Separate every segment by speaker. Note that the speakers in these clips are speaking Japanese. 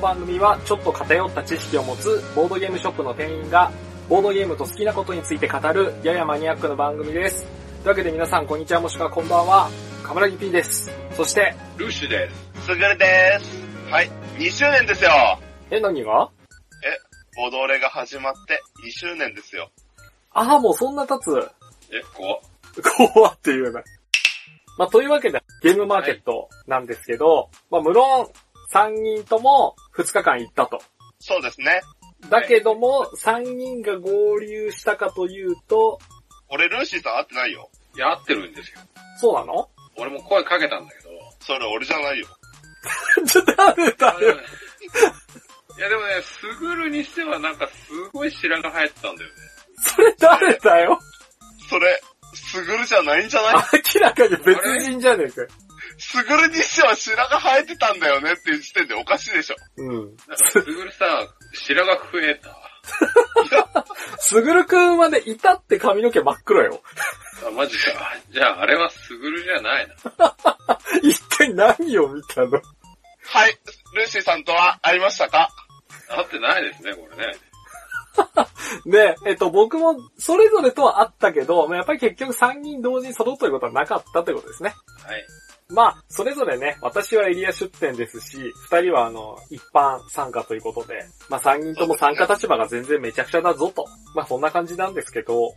Speaker 1: 番組はちょっと偏った知識を持つボードゲームショップの店員がボードゲームと好きなことについて語るややマニアックな番組です。というわけで皆さんこんにちはもしくはこんばんは、カムラギ P です。そして、
Speaker 2: ルッシュです。すぐるです。はい、2周年ですよ。
Speaker 1: え、何が
Speaker 2: ボドレが始まって2周年ですよ。
Speaker 1: ああ、もうそんな経つ。
Speaker 2: え、こ
Speaker 1: 怖っていうな。まあ、というわけで、ゲームマーケットなんですけど、まあ、無論、3人とも2日間行ったと。
Speaker 2: そうですね。
Speaker 1: だけども、3人が合流したかというと、
Speaker 2: 俺ルーシーさん会ってないよ。
Speaker 3: いや、合ってるんですよ。
Speaker 1: そうなの
Speaker 3: 俺も声かけたんだけど。
Speaker 2: それ俺じゃないよ。
Speaker 1: ちょ、誰だよ。
Speaker 3: いや、でもね、すぐるにしてはなんかすごい白髪生えてたんだよね。
Speaker 1: それ誰だよ。
Speaker 2: それ、すぐるじゃないんじゃ ない
Speaker 1: 明らかに別人じゃねえかよ。
Speaker 2: すぐるにしては白が生えてたんだよねっていう時点でおかしいでしょ。
Speaker 1: うん。
Speaker 3: だからすぐるさ、白髪増えた。
Speaker 1: すぐるくんはね、いたって髪の毛真っ黒よ。
Speaker 3: あ、マジか。 じゃああれはすぐるじゃないな。
Speaker 1: 一体何を見たの
Speaker 2: はい、ルーシーさんとは会いましたか
Speaker 3: 合ってないですね、これね。
Speaker 1: で、えっと、僕もそれぞれとはあったけど、まあやっぱり結局3人同時に揃うということはなかったということですね。
Speaker 3: はい。
Speaker 1: まあ、それぞれね、私はエリア出店ですし、二人はあの、一般参加ということで、まあ三人とも参加立場が全然めちゃくちゃだぞと。まあそんな感じなんですけど、
Speaker 3: はい。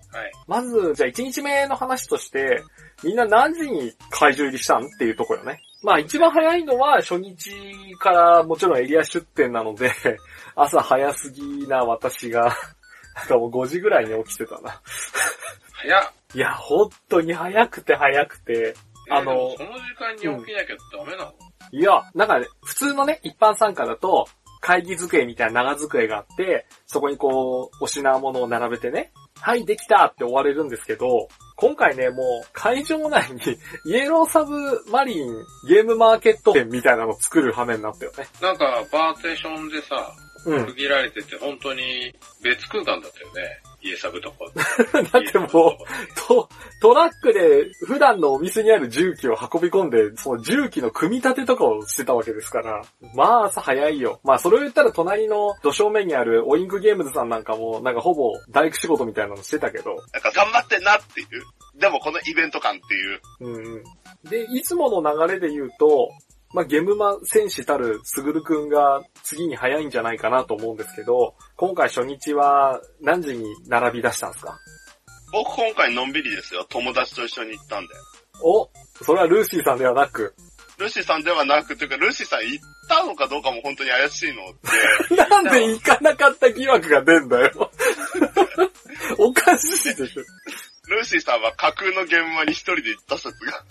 Speaker 1: まず、じゃあ1日目の話として、みんな何時に会場入りしたんっていうとこよね。まあ一番早いのは初日からもちろんエリア出店なので、 朝早すぎな私が、なんかもう5時ぐらいに起きてたな。
Speaker 3: 早っ。
Speaker 1: いや、本当に早くて早くて、
Speaker 3: えー
Speaker 1: あの
Speaker 3: でもその時間に起きなきゃダメなの、
Speaker 1: いや、なんかね、普通のね、一般参加だと、会議机みたいな長机があって、そこにこう、お品物を並べてね、はい、できたって終われるんですけど、今回ね、もう会場内に イエローサブマリンゲームマーケット店みたいなのを作る羽目になったよね。
Speaker 3: なんか、バーテーションでさ、
Speaker 1: う
Speaker 3: 区切られてて、本当に別空間だったよね。家サブとか。
Speaker 1: ん。 だってもう、と、トラックで普段のお店にある重機を運び込んで、その重機の組み立てとかをしてたわけですから、まあ朝早いよ。まあそれを言ったら隣の土正面にあるオインクゲームズさんなんかも、なんかほぼ大工仕事みたいなのしてたけど、
Speaker 2: なんか頑張ってんなっていう。でもこのイベント感っていう。
Speaker 1: うんうん。で、いつもの流れで言うと、まあ、ゲムマ戦士たるすぐるくんが次に早いんじゃないかなと思うんですけど、今回初日は何時に並び出したんですか
Speaker 2: 僕今回のんびりですよ。友達と一緒に行ったんで。
Speaker 1: お、それはルーシーさんではなく、
Speaker 2: ルーシーさんではなく、というか、ルーシーさん行ったのかどうかも本当に怪しいの って、
Speaker 1: なんで行かなかった疑惑が出んだ よ。おかしいでしょ。
Speaker 2: ルーシーさんは架空の現場に一人で行った説が。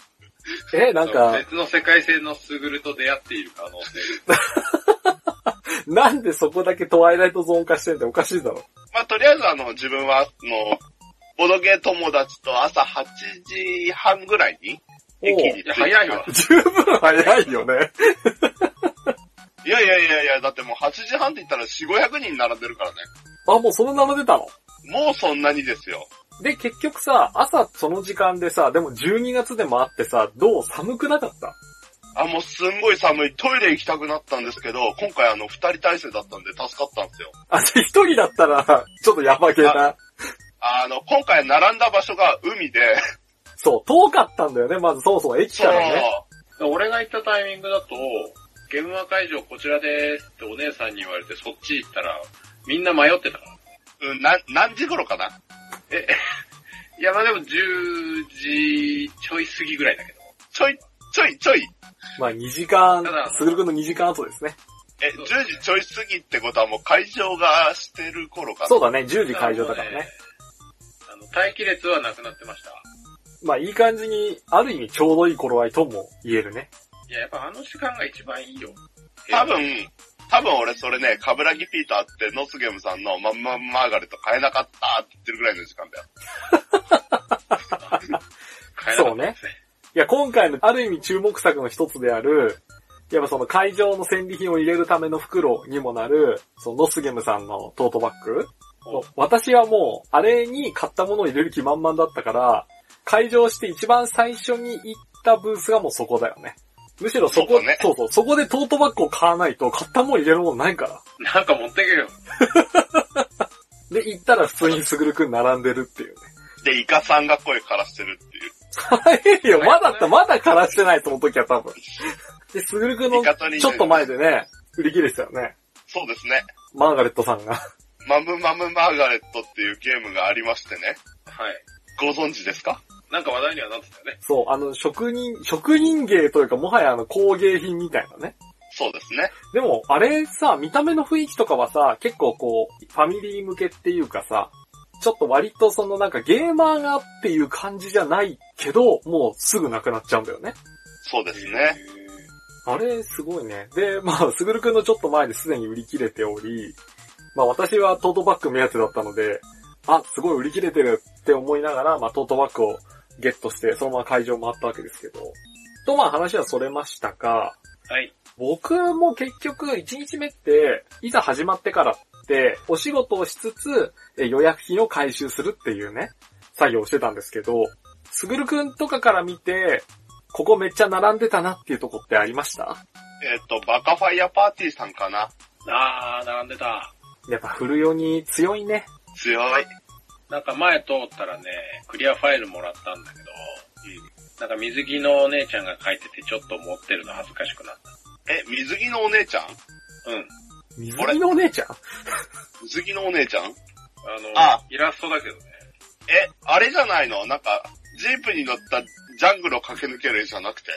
Speaker 1: え、なんか、
Speaker 3: 別の世界線のすぐると出会っている可能性
Speaker 1: なんでそこだけトワイライトゾーン化してんだよおかしいだろ。
Speaker 2: まあ、とりあえずあの、自分は、あの、ボドゲー友達と朝8時半ぐらいに
Speaker 1: おう
Speaker 2: 駅に着い
Speaker 3: が。
Speaker 2: た
Speaker 3: 早いわ。。
Speaker 1: 十分早いよね。
Speaker 2: いやいやいやいや、だってもう8時半って言ったら4、500人並んでるからね。
Speaker 1: あ、もうその名も出たの
Speaker 2: もうそんなにですよ。
Speaker 1: で、結局さ、朝その時間でさ、でも12月でもあってさ、どう寒くなかった
Speaker 2: あ、もうすんごい寒い。トイレ行きたくなったんですけど、今回あの、二人体制だったんで助かったんですよ。
Speaker 1: あ、じゃあ一人だったら、ちょっとやばげな。
Speaker 2: あの、今回並んだ場所が海で、
Speaker 1: そう、遠かったんだよね、まずそもそも駅
Speaker 2: そ
Speaker 1: か
Speaker 2: う、
Speaker 1: らね。
Speaker 3: 俺が行ったタイミングだと、ゲームマ会場こちらですってお姉さんに言われてそっち行ったら、みんな迷ってたから。
Speaker 2: うん、な、何時頃かない
Speaker 3: や、まあでも10時ちょい過ぎぐらいだけど。
Speaker 2: ちょい、ちょい、ちょい。
Speaker 1: まあ2時間
Speaker 3: ただ、
Speaker 1: すぐるくんの2時間後ですね。
Speaker 2: え、10時ちょい過ぎってことはもう会場がしてる頃かな。
Speaker 1: そうだね、10時会場だからね。。
Speaker 3: あの、待機列はなくなってました。
Speaker 1: まあいい感じに、ある意味ちょうどいい頃合いとも言えるね。
Speaker 3: いや、やっぱあの時間が一番いいよ。
Speaker 2: 多分、多分俺それね、カブラギピーターってノスゲームさんのまんまマーガレット買えなかったって言ってるぐらいの 時間だよ。
Speaker 3: 買えなかったです。
Speaker 1: いや、今回のある意味注目作の一つである、やっぱその会場の戦利品を入れるための袋にもなる、そのノスゲムさんのトートバッグ
Speaker 3: お
Speaker 1: 私はもう、あれに買ったものを入れる気満々だったから、会場して一番最初に行ったブースがもうそこだよね。むしろそこ、
Speaker 2: そうだね
Speaker 1: そうそう、そこでトートバッグを買わないと、買ったもん入れるもんないから。
Speaker 3: なんか持ってけよ。
Speaker 1: で、行ったら普通にすぐるくん並んでるっていうね。
Speaker 2: で、イカさんが声枯らしてるっていう。
Speaker 1: 早いよ、まだった、まだ枯らしてない、その時は多分。で、すぐるくんの
Speaker 2: イカとり
Speaker 1: ちょっと前でね、売り切れてたよね。
Speaker 2: そうですね。
Speaker 1: マーガレットさんが。
Speaker 2: マムマムマーガレットっていうゲームがありましてね。
Speaker 3: はい。
Speaker 2: ご存知ですか
Speaker 3: なんか話題にはなってたよね。
Speaker 1: そう、あの、職人、職人芸というか、もはやあの、工芸品みたいなね。
Speaker 2: そうですね。
Speaker 1: でも、あれさ、見た目の雰囲気とかはさ、結構こう、ファミリー向けっていうかさ、ちょっと割とそのなんかゲーマーがっていう感じじゃないけど、もうすぐなくなっちゃうんだよね。
Speaker 2: そうですね。
Speaker 1: あれ、すごいね。で、まあ、すぐるくんのちょっと前ですでに売り切れており、まあ私はトートバッグ目当てだったので、あ、すごい売り切れてるって思いながら、まあトートバッグをゲットして、そのまま会場回ったわけですけど。と、まあ話はそれましたが、
Speaker 3: はい。
Speaker 1: 僕も結局1日目って、いざ始まってからって、お仕事をしつつ、え予約品を回収するっていうね、作業をしてたんですけど、すぐるくんとかから見て、ここめっちゃ並んでたなっていうとこってありました
Speaker 2: えっ、と、バカファイアパーティーさんかな。
Speaker 3: あー、並んでた。
Speaker 1: やっぱ古世に強いね。
Speaker 2: 強い。
Speaker 3: なんか前通ったらね、クリアファイルもらったんだけど、なんか水着のお姉ちゃんが書いててちょっと持ってるの恥ずかしくなっ
Speaker 2: え、水着のお姉ちゃん
Speaker 3: た。うん。
Speaker 1: 水着のお姉ちゃん
Speaker 2: 水着のお姉ちゃん
Speaker 3: あの、
Speaker 2: あ
Speaker 3: イラストだけどね。
Speaker 2: え、あれじゃないのなんか、ジープに乗ったジャングルを駆け抜ける絵じゃなくて。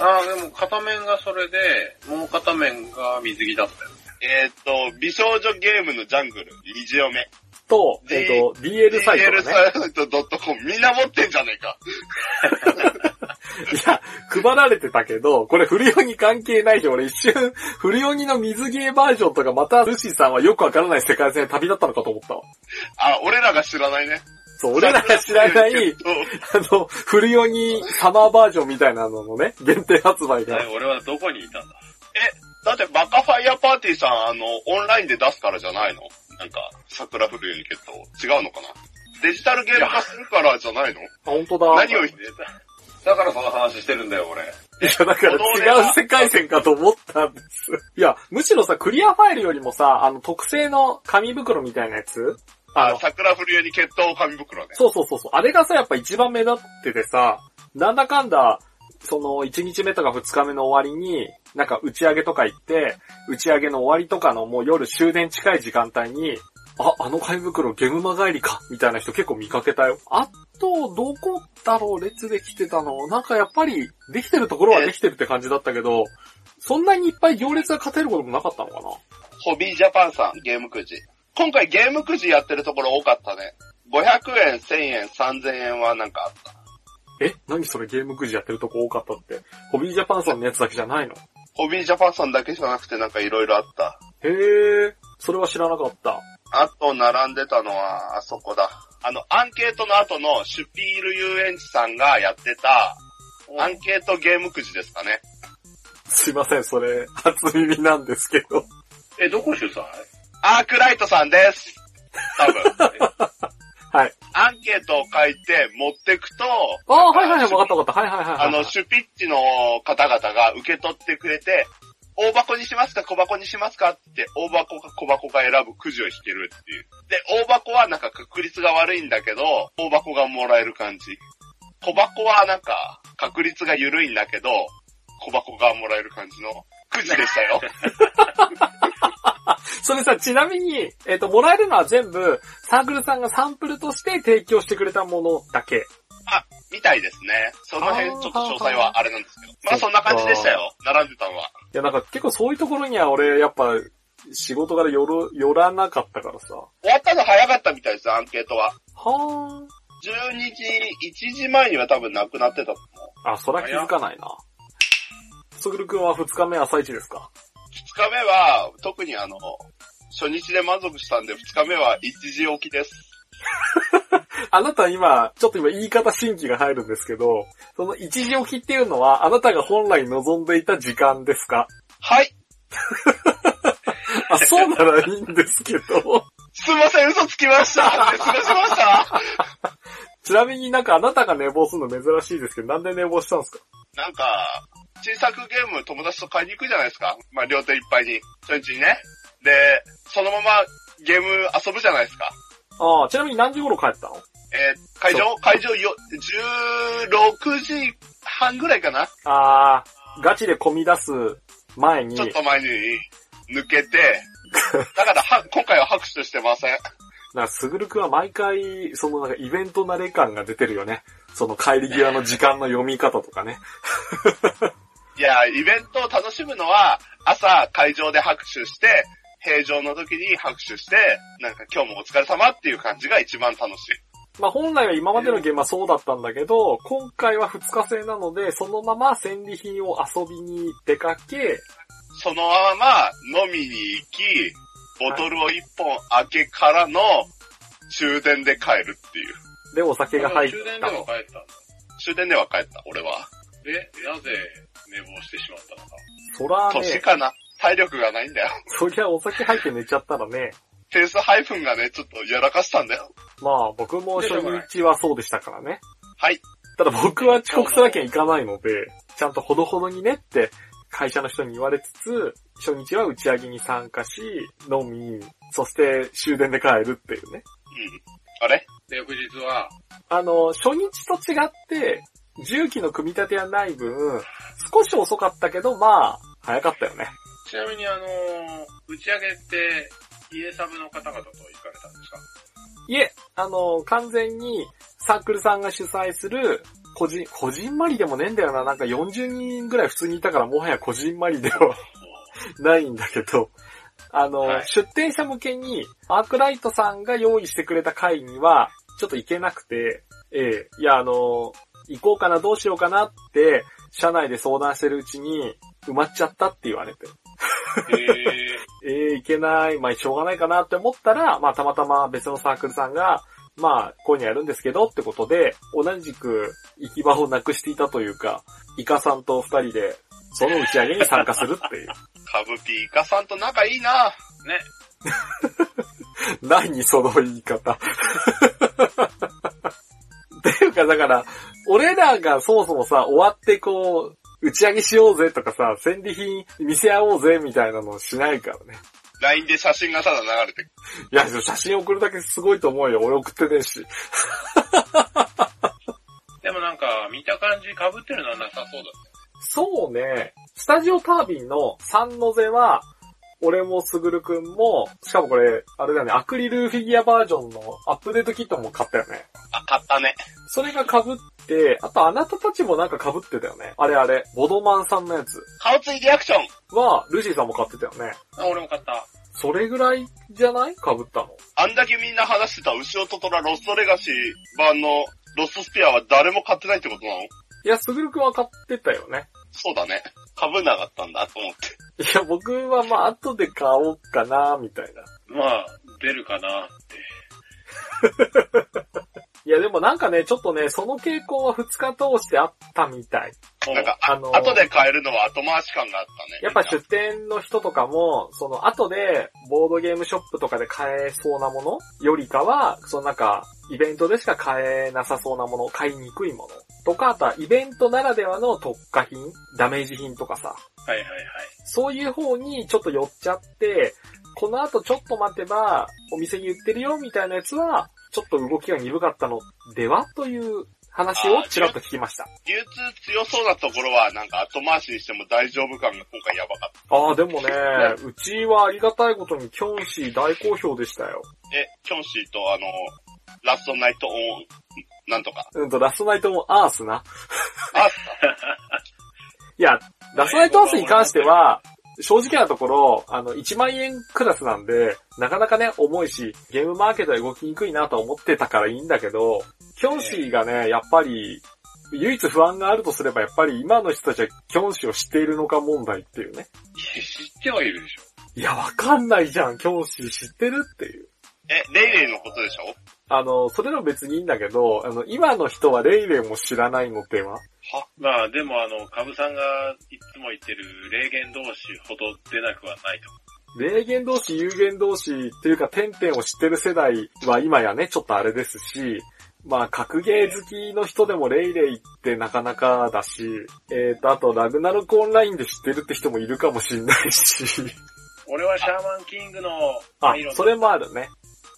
Speaker 3: あー、でも片面がそれで、もう片面が水着だったよ。
Speaker 2: えっ、と、美少女ゲームのジャングル、二次嫁。
Speaker 1: と、えっ、と、DL サイト
Speaker 2: DL
Speaker 1: だね。
Speaker 2: サイト .com みんな持ってんじゃねえか。
Speaker 1: いや、配られてたけど、これ古世に関係ないし、俺一瞬、古世にの水着バージョンとか、またルシーさんはよくわからない世界線で旅立ったのかと思ったわ。
Speaker 2: あ、俺らが知らないね。
Speaker 1: そう、俺らが知ら な
Speaker 2: えっ
Speaker 1: い、
Speaker 2: と
Speaker 1: あの、古世にサマーバージョンみたいなののね、限定発売
Speaker 3: はい
Speaker 1: が。
Speaker 3: 俺はどこにいたんだ
Speaker 2: だってバカファイアパーティーさん、あの、オンラインで出すからじゃないのなんか、桜降るように結構、違うのかなデジタルゲーム化するからじゃないの
Speaker 1: あ、本当だ。
Speaker 2: 何を言っ
Speaker 3: だからその話してるんだよ、俺。
Speaker 1: いや、だから違う世界線かと思ったんです。いや、むしろさ、クリアファイルよりもさ、あの、特製の紙袋みたいなやつ
Speaker 2: あ、桜降るように決闘紙袋ね。
Speaker 1: そうそうそうそう。あれがさ、やっぱ一番目立っててさ、なんだかんだ、その、1日目とか2日目の終わりに、なんか打ち上げとか行って、打ち上げの終わりとかのもう夜終電近い時間帯に、あ、あの紙袋ゲムマ帰りか、みたいな人結構見かけたよ。あと、どこだろう列できてたのなんかやっぱり、できてるところはできてるって感じだったけど、そんなにいっぱい行列が勝てることもなかったのかな
Speaker 2: ホビージャパンさん、ゲームくじ。今回ゲームくじやってるところ多かったね。500円、1000円、3000円はなんかあった。
Speaker 1: え何それゲームくじやってるとこ多かったって。ホビージャパンさんのやつだけじゃないの
Speaker 2: ホビージャパンさんだけじゃなくてなんかいろいろあった。
Speaker 1: へえ、それは知らなかった。
Speaker 2: あと並んでたのは、あそこだ。あの、アンケートの後のシュピール遊園地さんがやってた、アンケートゲームくじですかね。
Speaker 1: すいません、それ、初耳なんですけど。
Speaker 3: え、どこ主催
Speaker 2: アークライトさんです。多分。
Speaker 1: はい。
Speaker 2: アンケートを書いて持ってくと、
Speaker 1: ああ、はいはいはい、 わかったわかった。はいはいはいはい。
Speaker 2: あの、シュピッチの方々が受け取ってくれて、大箱にしますか小箱にしますかって、大箱か小箱が選ぶくじを引けるっていう。で、大箱はなんか確率が悪いんだけど、大箱がもらえる感じ。小箱はなんか確率が緩いんだけど、小箱がもらえる感じのくじでしたよ。
Speaker 1: それさ、ちなみに、えっ、と、もらえるのは全部、サークルさんがサンプルとして提供してくれたものだけ。
Speaker 2: みたいですね。その辺ちょっと詳細はあれなんですけど。まあそんな感じでしたよ。並んでたのは。
Speaker 1: いや、なんか結構そういうところには俺、やっぱ、仕事からよろ、よらなかったからさ。は
Speaker 2: 終わったの早かったみたいです、アンケートは。
Speaker 1: ー
Speaker 2: 12時、1時前には多分なくなってたと思う。
Speaker 1: あ、そら気づかないな。すぐるくんは2日目朝一ですか
Speaker 2: 2日目は、特にあの、初日で満足したんで、2日目は1時起きです。
Speaker 1: あなた今、ちょっと今言い方新規が入るんですけど、その一時起きっていうのは、あなたが本来望んでいた時間ですか
Speaker 2: はい
Speaker 1: あ、そうならいいんですけど。
Speaker 2: すいません、嘘つきましたって過ごしました
Speaker 1: ちなみになんかあなたが寝坊するの珍しいですけど、なんで寝坊したんですか
Speaker 2: なんか、新作ゲーム友達と買いに行くじゃないですか。まあ、両手いっぱいに。初日にね。で、そのままゲーム遊ぶじゃないですか。
Speaker 1: ああ、ちなみに何時頃帰ったの
Speaker 2: えー会場会場よ、16時半ぐらいかな
Speaker 1: ああ、ガチで込み出す前に
Speaker 2: ちょっ、と前に抜けて、だからは、今回は拍手してません。
Speaker 1: なんか、すぐるくんは毎回、そのなんかイベント慣れ感が出てるよね。その帰り際の時間の読み方とかね。
Speaker 2: いや、イベントを楽しむのは、朝会場で拍手して、平常の時に拍手して、なんか今日もお疲れ様っていう感じが一番楽しい。
Speaker 1: まあ本来は今までのゲームはそうだったんだけど、今回は2日制なので、そのまま戦利品を遊びに出かけ、
Speaker 2: そのまま飲みに行き、ボトルを一本開けからの終電で帰るっていう。
Speaker 1: でお酒が入っ
Speaker 3: 終電で
Speaker 1: た。
Speaker 3: も帰ったんだ。
Speaker 2: 終電では帰った、俺は。
Speaker 3: で、なぜ寝坊してしまったのか。
Speaker 1: そら
Speaker 2: 年
Speaker 1: ね、
Speaker 2: かな体力がないんだよ。
Speaker 1: そりゃお酒入って寝ちゃったらね、
Speaker 2: ペース配分がね、ちょっとやらかしたんだよ。
Speaker 1: まあ僕も初日はそうでしたからね。
Speaker 2: はい。
Speaker 1: ただ僕は遅刻するわけにいかないので、ちゃんとほどほどにねって会社の人に言われつつ、初日は打ち上げに参加し、飲み、そして終電で帰るっていうね。
Speaker 2: うん。あれ
Speaker 3: で、翌日は、
Speaker 1: あの、初日と違って、重機の組み立てはない分、少し遅かったけど、まあ、早かったよね。
Speaker 3: ちなみにあのー打ち上げって、家サブの方々と行かれたんですか
Speaker 1: いえ、あの、完全にサークルさんが主催する、個人、個人まりでもねえんだよな。なんか40人ぐらい普通にいたから、もはや個人まりでは ないんだけど、あの、
Speaker 3: はい
Speaker 1: 出展者向けに、アークライトさんが用意してくれた会には、ちょっと行けなくて、ええいや、あの、行こうかな、どうしようかなって、社内で相談してるうちに、埋まっちゃったって言われて。
Speaker 3: へえ
Speaker 1: ええいけない、まあ、しょうがないかなって思ったら、まあ、たまたま別のサークルさんが、まあ、こういうのやるんですけどってことで、同じく行き場をなくしていたというか、イカさんと二人で、その打ち上げに参加するっていう。
Speaker 2: カブピーイカさんと仲いいな
Speaker 3: ね。
Speaker 1: 何その言い方。 っていうか、だから、俺らがそもそもさ、終わってこう、打ち上げしようぜとかさ、戦利品見せ合おうぜみたいなのしないからね。
Speaker 2: LINE で写真がただ流れてくる。
Speaker 1: いや、写真送るだけすごいと思うよ。俺送ってねえし。
Speaker 3: でもなんか、見た感じ被ってるのはなさそうだ
Speaker 1: そうね、スタジオタービンの三の瀬は、俺もすぐるくんも、しかもこれ、あれだよね、アクリルフィギュアバージョンのアップデートキットも買ったよね。
Speaker 2: あ、買ったね。
Speaker 1: それが被って、あとあなたたちもなんか被ってたよね。あれあれ、ボドマンさんのやつ
Speaker 2: 顔ついリアクション
Speaker 1: は、ルシーさんも買ってたよね。
Speaker 3: ね。あ、俺も買った。
Speaker 1: それぐらいじゃない被ったの。
Speaker 2: あんだけみんな話してた後ろとトラロストレガシー版のロストスピアは誰も買ってないってことなの
Speaker 1: いや、すぐるくんは買ってたよね。
Speaker 2: そうだね。被んなかったんだと思って。
Speaker 1: いや、僕はまあ、後で買おうかな、みたいな。
Speaker 3: まあ、出るかなって。
Speaker 1: いや、でもなんかね、ちょっとね、その傾向は2日通してあったみたい。
Speaker 2: なんか、あ
Speaker 1: あのー
Speaker 2: 後で買えるのは後回し感があったね。
Speaker 1: やっぱ
Speaker 2: みんな
Speaker 1: 出店の人とかも、その後でボードゲームショップとかで買えそうなものよりかは、そのなんか、イベントでしか買えなさそうなもの、買いにくいものとか、あとはイベントならではの特化品、ダメージ品とかさ、
Speaker 3: はいはいはい。
Speaker 1: そういう方にちょっと寄っちゃって、この後ちょっと待てば、お店に売ってるよみたいなやつは、ちょっと動きが鈍かったのではという話をちらっと聞きました。
Speaker 2: 流通強そうなところはなんか後回しにしても大丈夫感が今回やばかった。
Speaker 1: ああ、でもね、うちはありがたいことにキョンシー大好評でしたよ。
Speaker 2: え、キョンシーとあの、ラストナイトオン、なんとか。
Speaker 1: うんと、ラストナイトもアースな。
Speaker 2: アース
Speaker 1: いや、ラストナイトアースに関しては、正直なところ、あの、1万円クラスなんで、なかなかね、重いし、ゲームマーケットで動きにくいなと思ってたからいいんだけど、キョンシーがね、やっぱり、唯一不安があるとすれば、やっぱり今の人たちはキョンシーを知っているのか問題っていうね。
Speaker 3: いや知ってはいるでしょ。
Speaker 1: いや、わかんないじゃん、キョンシー知ってるっていう。
Speaker 2: え、レイレイのことでしょ
Speaker 1: あの、それらも別にいいんだけど、あの、今の人はレイレイも知らないのでは
Speaker 3: まあ、でもあの、カブさんがいつも言ってる霊言同士ほど出なくはないと。
Speaker 1: 霊言同士、有言同士っていうか、点々を知ってる世代は今やね、ちょっとあれですし、まあ、格ゲー好きの人でもレイレイってなかなかだし、えっ、と、あと、ラグナロクオンラインで知ってるって人もいるかもしんないし、
Speaker 3: 俺はシャーマンキングの
Speaker 1: あ
Speaker 3: アイロ、ン
Speaker 1: それもあるね。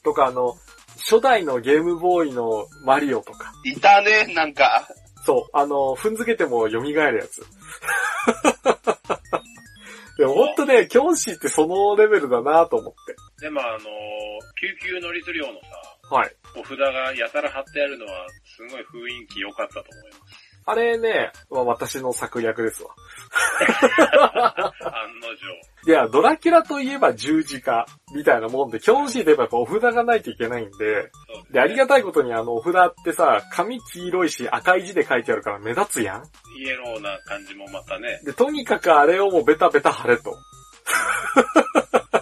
Speaker 1: とか、あの、初代のゲームボーイのマリオとか、
Speaker 2: いたね、なんか。
Speaker 1: そう、あの、踏んづけても蘇るやつ。 でもほんとね、キョンシーってそのレベルだなと思って。
Speaker 3: でもあのー、救急乗り釣り用のさ、
Speaker 1: はい。
Speaker 3: お札がやたら貼ってあるのは、すごい雰囲気良かったと思います。
Speaker 1: あれね、まあ私の策略ですわ。
Speaker 3: 案の定。
Speaker 1: いや、ドラキュラといえば十字架みたいなもんで、キョンシーといえばやっぱお札がないといけないんで、
Speaker 3: そうです、ね。
Speaker 1: で、ありがたいことにあのお札ってさ、紙黄色いし赤い字で書いてあるから目立つやん。
Speaker 3: イエローな感じもまたね。
Speaker 1: で、とにかくあれをもうベタベタ貼れと。
Speaker 3: な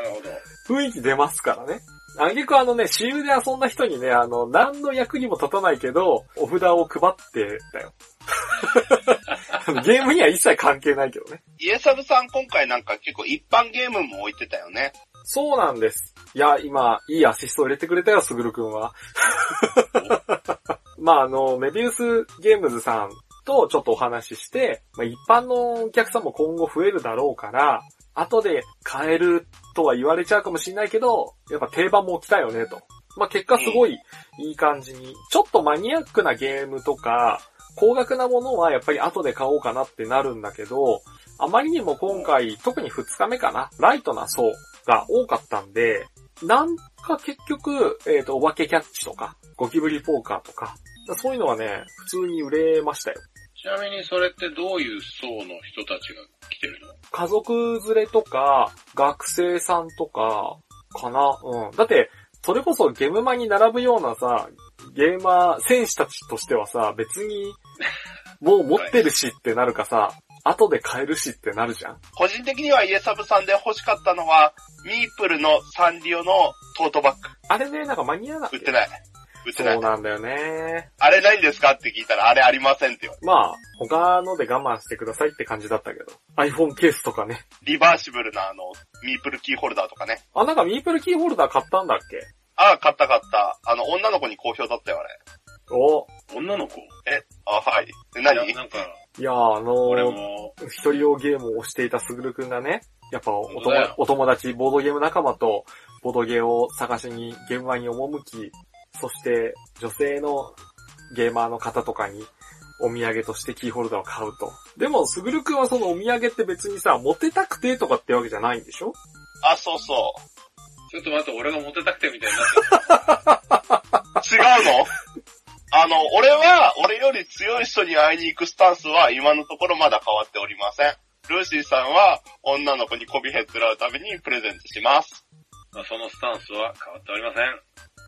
Speaker 3: るほど。
Speaker 1: 雰囲気出ますからね。あげくあのね、私有で遊んだ人にね、あの、何の役にも立たないけど、お札を配ってた よ。あのゲームには一切関係ないけどね。
Speaker 2: イエサブさん今回なんか結構一般ゲームも置いてたよね。
Speaker 1: そうなんです。いや、今、いいアシストを入れてくれたよ、すぐるくんは。 まあ、あの、メビウスゲームズさんとちょっとお話しして、まあ、一般のお客さんも今後増えるだろうから、後で買えるとは言われちゃうかもしれないけど、やっぱ定番も来たよね、と。まあ、結果すごいいい感じに、ちょっとマニアックなゲームとか、高額なものはやっぱり後で買おうかなってなるんだけど、あまりにも今回、特に2日目かな、ライトな層が多かったんで、なんか結局、えっ、と、お化けキャッチとか、ゴキブリポーカーとか、そういうのはね、普通に売れましたよ。
Speaker 3: ちなみにそれってどういう層の人たちが来てるの
Speaker 1: 家族連れとか、学生さんとか、かな。うん。だって、それこそゲームマに並ぶようなさ、ゲーマー、選手たちとしてはさ、別に、もう持ってるしってなるかさ、後で買えるしってなるじゃん。
Speaker 2: 個人的にはイエサブさんで欲しかったのは、ミープルのサンリオのトートバッ
Speaker 1: あれね、なんか間に合わな
Speaker 2: グ。
Speaker 1: い。
Speaker 2: 売ってない。売ってな
Speaker 1: そ。
Speaker 2: いう
Speaker 1: なんだよね。
Speaker 2: あれないんですかって聞いたら、あれありませんって言われ
Speaker 1: まあ、他ので我慢してくださいって感じだったけど。iPhone ケースとかね。
Speaker 2: リバーシブルなあの、ミープルキーホルダーとかね。
Speaker 1: あ、なんかミープルキーホルダー買ったんだっけ
Speaker 2: ああ、買った買った。あの、女の子に好評だったよ、あれ。
Speaker 1: お、
Speaker 3: 女の子
Speaker 2: え、あ、はい。え
Speaker 3: い
Speaker 2: 何
Speaker 3: やなんか、
Speaker 1: いやーあの
Speaker 3: 俺
Speaker 1: ー、
Speaker 3: も、
Speaker 1: 一人用ゲームをしていたすぐるくんがね、やっぱお
Speaker 3: 本
Speaker 1: 友
Speaker 3: 当だよ
Speaker 1: お友達、ボードゲーム仲間と、ボードゲーを探しに現場に赴き、そして女性のゲーマーの方とかにお土産としてキーホルダーを買うと。でも、すぐるくんはそのお土産って別にさ、モテたくてとかってわけじゃないんでしょ
Speaker 2: あ、そうそ
Speaker 3: ちょっと待って、俺がモテたくてみたいになっ
Speaker 2: う。違うのあの、俺は、俺より強い人に会いに行くスタンスは今のところまだ変わっておりません。ルーシーさんは女の子に媚びへつらうためにプレゼントします。
Speaker 3: てる。そのスタンスは変わっておりません。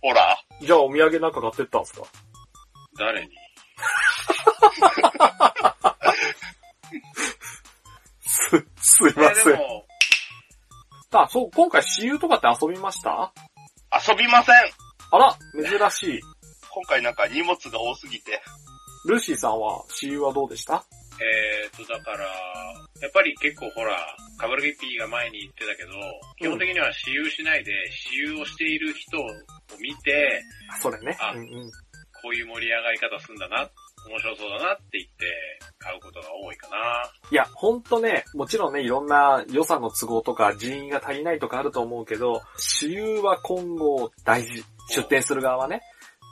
Speaker 2: ほら。
Speaker 1: じゃあお土産なんか買ってったんすか
Speaker 3: 誰に
Speaker 1: す、すい
Speaker 3: え
Speaker 1: ま
Speaker 3: ー
Speaker 1: せ
Speaker 3: で
Speaker 1: ん。
Speaker 3: も、
Speaker 1: あ、そう、今回私有とかって遊びました
Speaker 2: 遊びません。
Speaker 1: あら、珍しい。
Speaker 2: 今回なんか荷物が多すぎて。
Speaker 1: ルーシーさんは私有はどうでした
Speaker 3: えーと、だから、やっぱり結構ほら、カブルギッピーが前に言ってたけど、基本的には私有しないで、私有をしている人を見て、
Speaker 1: あそれね。
Speaker 3: あ
Speaker 1: うんうん。
Speaker 3: こういう盛り上がり方するんだな、面白そうだなって言って買うことが多いかな。
Speaker 1: いや、ほんとね、もちろんね、いろんな予算の都合とか人員が足りないとかあると思うけど、私有は今後大事。出店する側はね、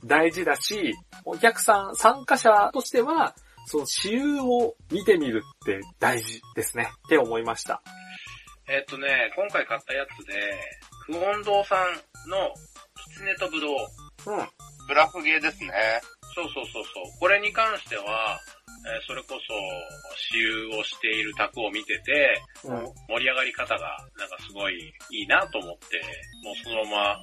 Speaker 1: 大事だし、お客さん、参加者としては、その私有を見てみるって大事ですね。って思いました。
Speaker 3: えっ、とね、今回買ったやつで、不本堂さんのキツネとブドウ。
Speaker 1: うん。
Speaker 2: ブラフゲーですね。
Speaker 3: そうそうそうそう。これに関しては、えーそれこそ、私有をしている宅を見てて、
Speaker 1: うん。
Speaker 3: 盛り上がり方が、なんかすごいいいなと思って、もうそのまま、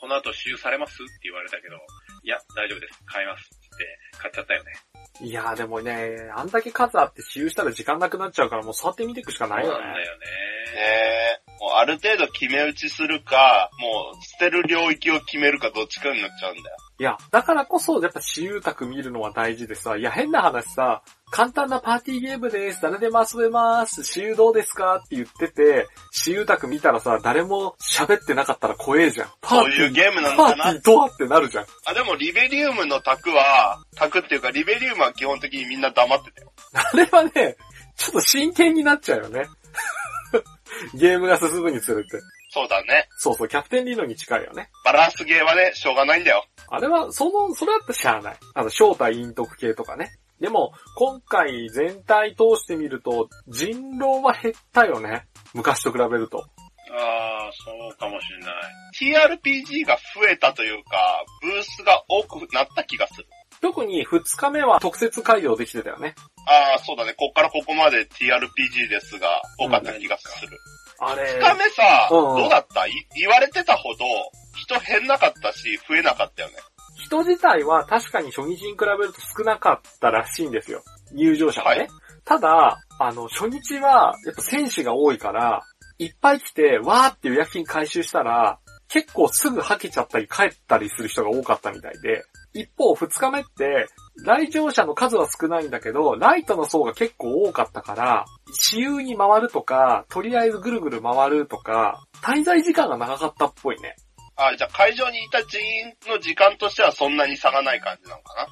Speaker 3: この後私有されますって言われたけど、いや、大丈夫です。買いますって買っちゃったよね。
Speaker 1: いやーでもね、あんだけ数あって私有したら時間なくなっちゃうからもう触ってみていくしかない
Speaker 3: そう
Speaker 1: よ
Speaker 3: なん
Speaker 1: ね。
Speaker 3: だよ
Speaker 2: ね
Speaker 3: ね。
Speaker 2: え。もうある程度決め打ちするか、もう捨てる領域を決めるかどっちかになっちゃうんだよ。
Speaker 1: いや、だからこそ、やっぱ私有宅見るのは大事でさ、いや、変な話さ、簡単なパーティーゲームです、誰でも遊べます、私有どうですかって言ってて、私有宅見たらさ、誰も喋ってなかったら怖えじゃん。パー
Speaker 2: そう
Speaker 1: テ
Speaker 2: い
Speaker 1: ィ
Speaker 2: う
Speaker 1: ー、
Speaker 2: ゲームなん
Speaker 1: パー
Speaker 2: だ
Speaker 1: テ
Speaker 2: な
Speaker 1: ィーどうってなるじゃん。
Speaker 2: あ、でもリベリウムの卓は、卓っていうかリベリウムは基本的にみんな黙ってたよ。
Speaker 1: あれはね、ちょっと真剣になっちゃうよね。 ゲームが進むにつれて。
Speaker 2: そうだね。
Speaker 1: そうそう、キャプテンリーノに近いよね。
Speaker 2: バランスゲーはね、しょうがないんだよ。
Speaker 1: あれは、その、それだったらしゃあない。あの、正体陰徳系とかね。でも、今回全体通してみると、人狼は減ったよね。昔と比べると。
Speaker 3: ああ、そうかもしれない。
Speaker 2: TRPG が増えたというか、ブースが多くなった気がする。
Speaker 1: 特に2日目は特設会場できてたよね。
Speaker 2: ああ、そうだね。こっからここまで TRPG ですが、多かった気がする。
Speaker 1: あれ
Speaker 2: 二、日目さ、
Speaker 1: うん
Speaker 2: どうだったい言われてたほど、人減んなかったし、増えなかったよね。
Speaker 1: 人自体は確かに初日に比べると少なかったらしいんですよ。入場者がね。
Speaker 2: はい
Speaker 1: ただ、あの、初日は、やっぱ選手が多いから、いっぱい来て、わーって予約金回収したら、結構すぐ吐けちゃったり帰ったりする人が多かったみたいで、一方二日目って、来場者の数は少ないんだけど、ライトの層が結構多かったから、私有に回るとか、とりあえずぐるぐる回るとか、滞在時間が長かったっぽいね。
Speaker 2: ああ、じゃあ会場にいた人員の時間としてはそんなに差がない感じなのかな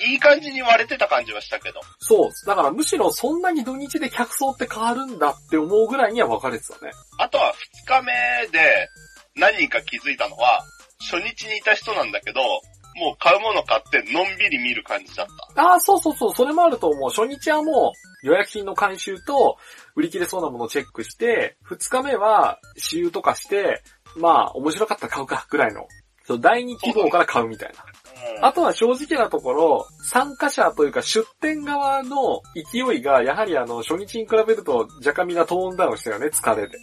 Speaker 2: いい感じに割れてた感じはしたけど。
Speaker 1: そう。だからむしろそんなに土日で客層って変わるんだって思うぐらいには分かれてたね。
Speaker 2: あとは二日目で何人か気づいたのは、初日にいた人なんだけど、もう買うもの買ってのんびり見る感じだった。
Speaker 1: ああ、そうそうそう、それもあると思う。初日はもう予約品の監修と売り切れそうなものをチェックして、二日目は私有とかして、まあ面白かったら買うかぐらいの。そう、第二希望から買うみたいな。
Speaker 3: うん。
Speaker 1: あとは正直なところ、参加者というか出店側の勢いが、やはりあの、初日に比べると若干みんなトーンダウンしたよね、疲れて。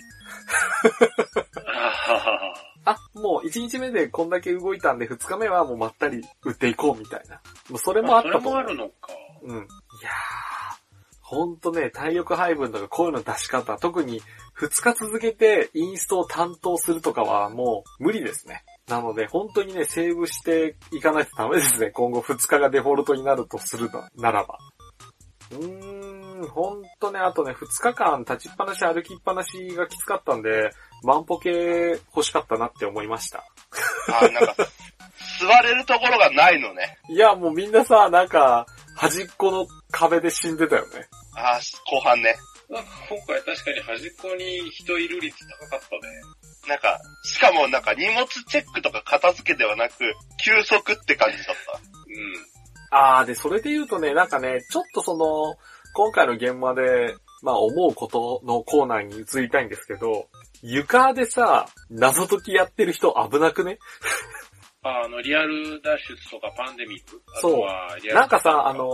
Speaker 3: あ
Speaker 1: あ、もう1日目でこんだけ動いたんで、2日目はもうまったり打っていこうみたいな。もうそれ
Speaker 3: ー
Speaker 1: もあっ
Speaker 3: そ
Speaker 1: た
Speaker 3: れ
Speaker 1: と
Speaker 3: も
Speaker 1: 思
Speaker 3: あ
Speaker 1: う。
Speaker 3: るのか。
Speaker 1: うん。いやー、ほんとね、体力配分とかこういうの出し方、特に2日続けてインストを担当するとかはもう無理ですね。なので、本当にね、セーブしていかないとダメですね。今後2日がデフォルトになるとするならば。うーん、ほんとね、あとね、2日間立ちっぱなし歩きっぱなしがきつかったんで、万歩計欲しかったなって思いました。
Speaker 2: あーなんか、座れるところがないのね。
Speaker 1: いや、もうみんなさ、なんか、端っこの壁で死んでたよね。
Speaker 2: あー後半ね。
Speaker 3: なんか今回確かに端っこに人いる率高かったね。
Speaker 2: なんか、しかもなんか荷物チェックとか片付けではなく、休息って感じだった。
Speaker 3: う
Speaker 1: あー、で、それで言うとね、なんかね、ちょっとその、今回の現場で、まあ思うことのコーナーに移りたいんですけど、床でさ、謎解きやってる人危なくね
Speaker 3: ん。あの、リアル脱出とかパンデミック。あ
Speaker 1: そう
Speaker 3: とはリアル
Speaker 1: なんかさ、あの、ー、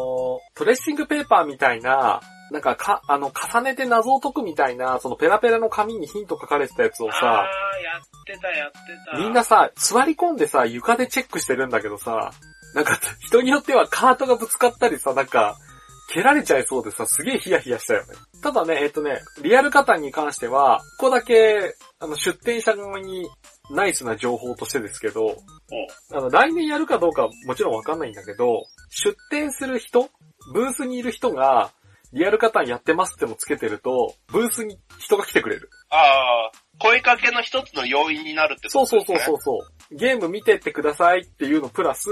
Speaker 1: トレッシングペーパーみたいな、なんかか、あの、重ねて謎を解くみたいな、そのペラペラの紙にヒント書かれてたやつを
Speaker 3: あ
Speaker 1: さ、
Speaker 3: あー、やってた、やってた。
Speaker 1: みんなさ、座り込んでさ、床でチェックしてるんだけどさ、なんか、人によってはカートがぶつかったりさ、なんか、蹴られちゃいそうでさ、すげえヒヤヒヤしたよね。ただね、えっとね、リアルカタンに関しては、ここだけ、あの、出店者側にナイスな情報としてですけど、
Speaker 3: お
Speaker 1: あの、来年やるかどうかはもちろんわかんないんだけど、出店する人、ブースにいる人が、リアルカタンやってますってもつけてると、ブースに人が来てくれる。
Speaker 2: ああ、声かけの一つの要因になるって
Speaker 1: そ
Speaker 2: こ
Speaker 1: うそ
Speaker 2: と
Speaker 1: う
Speaker 2: です
Speaker 1: そ
Speaker 2: ね。
Speaker 1: うそうそう。ゲーム見てってくださいっていうのプラス、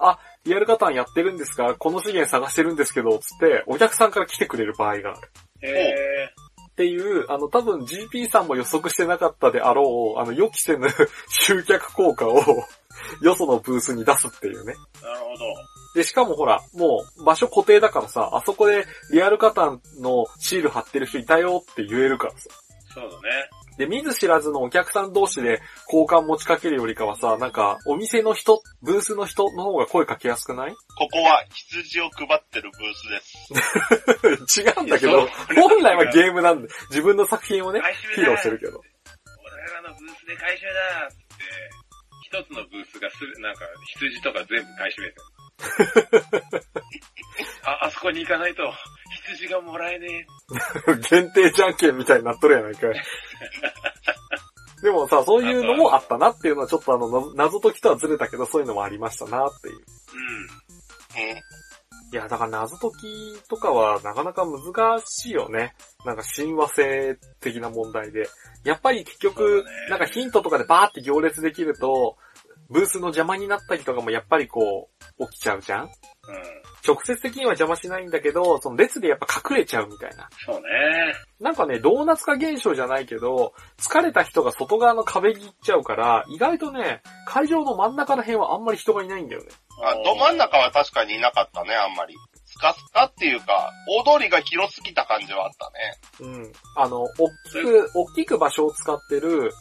Speaker 1: あ、リアルカタンやってるんですかこの資源探してるんですけど、つって、お客さんから来てくれる場合がある。
Speaker 3: え
Speaker 1: っていう、あの、多分 GP さんも予測してなかったであろう、あの、予期せぬ 集客効果を、 よそのブースに出すっていうね。
Speaker 3: ー、なるほど。
Speaker 1: で、しかもほら、もう場所固定だからさ、あそこでリアルカタンのシール貼ってる人いたよって言えるからさ。
Speaker 3: そうだね。
Speaker 1: で、見ず知らずのお客さん同士で交換持ちかけるよりかはさ、なんか、お店の人、ブースの人の方が声かけやすくない
Speaker 2: ここは羊を配ってるブースです。
Speaker 1: 違うんだけど、
Speaker 3: いやそう
Speaker 1: 本来はゲームなんで、自分の作品をね、
Speaker 3: 回収
Speaker 1: 披
Speaker 3: だ
Speaker 1: 露してるけど。
Speaker 3: 俺らのブースで回収だーっつって、一つのブースがすべ、なんか羊とか全部買い占めて る。あ、あそこに行かないと羊がもらえねえ。
Speaker 1: 限定じゃんけんみたいになっとるやないかい。でもさ、そういうのもあったなっていうのはちょっとあの、な謎解きとはずれたけど、そういうのもありましたなっていう。
Speaker 3: うん。
Speaker 1: いや、だから謎解きとかはなかなか難しいよね。なんか親和性的な問題で。やっぱり結
Speaker 3: そう
Speaker 1: 局、
Speaker 3: だね
Speaker 1: なんかヒントとかでバーって行列できると、ブースの邪魔になったりとかもやっぱりこう、起きちゃうじゃん
Speaker 3: うん。
Speaker 1: 直接的には邪魔しないんだけど、その列でやっぱ隠れちゃうみたいな。
Speaker 3: そうね。
Speaker 1: なんかね、ドーナツ化現象じゃないけど、疲れた人が外側の壁に行っちゃうから、意外とね、会場の真ん中ら辺はあんまり人がいないんだよね。
Speaker 2: あ、ど真ん中は確かにいなかったね、あんまり。スカスカっていうか、大通りが広すぎた感じはあった
Speaker 1: う
Speaker 2: ね。
Speaker 1: ん。あの、大きく、大きく場所を使ってる、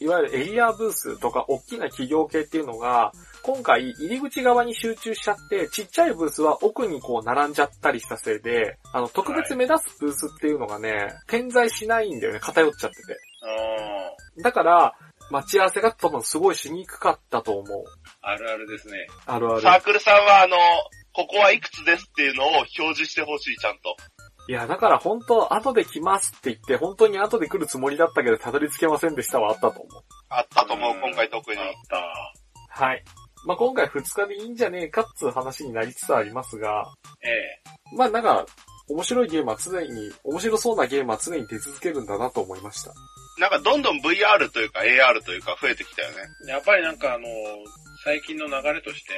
Speaker 1: いわゆるエリアブースとか大きな企業系っていうのが、今回入り口側に集中しちゃって、ちっちゃいブースは奥にこう並んじゃったりしたせいで、あの、特別目立つブースっていうのがね、点在しないんだよね、偏っちゃってて。
Speaker 3: うん。
Speaker 1: だから、待ち合わせが多分すごいしにくかったと思う。
Speaker 3: あるあるですね。
Speaker 1: あるある
Speaker 2: サ。ークルさんはあの、ここはいくつですっていうのを表示してほしい、ちゃんと。
Speaker 1: いや、だから本当、後で来ますって言って、本当に後で来るつもりだったけど、たどり着けませんでしたはあったと思う。
Speaker 2: あったと思う、
Speaker 3: ん
Speaker 2: 今回特に。
Speaker 3: あった。
Speaker 1: はい。まあ、今回2日でいいんじゃねえかっつう話になりつつありますが、
Speaker 3: ええ。
Speaker 1: まあ、なんか、面白いゲームは常に、面白そうなゲームは常に出続けるんだなと思いました。
Speaker 2: なんかどんどん VR というか AR というか増えてきたよね。
Speaker 3: やっぱりなんかあの、最近の流れとして、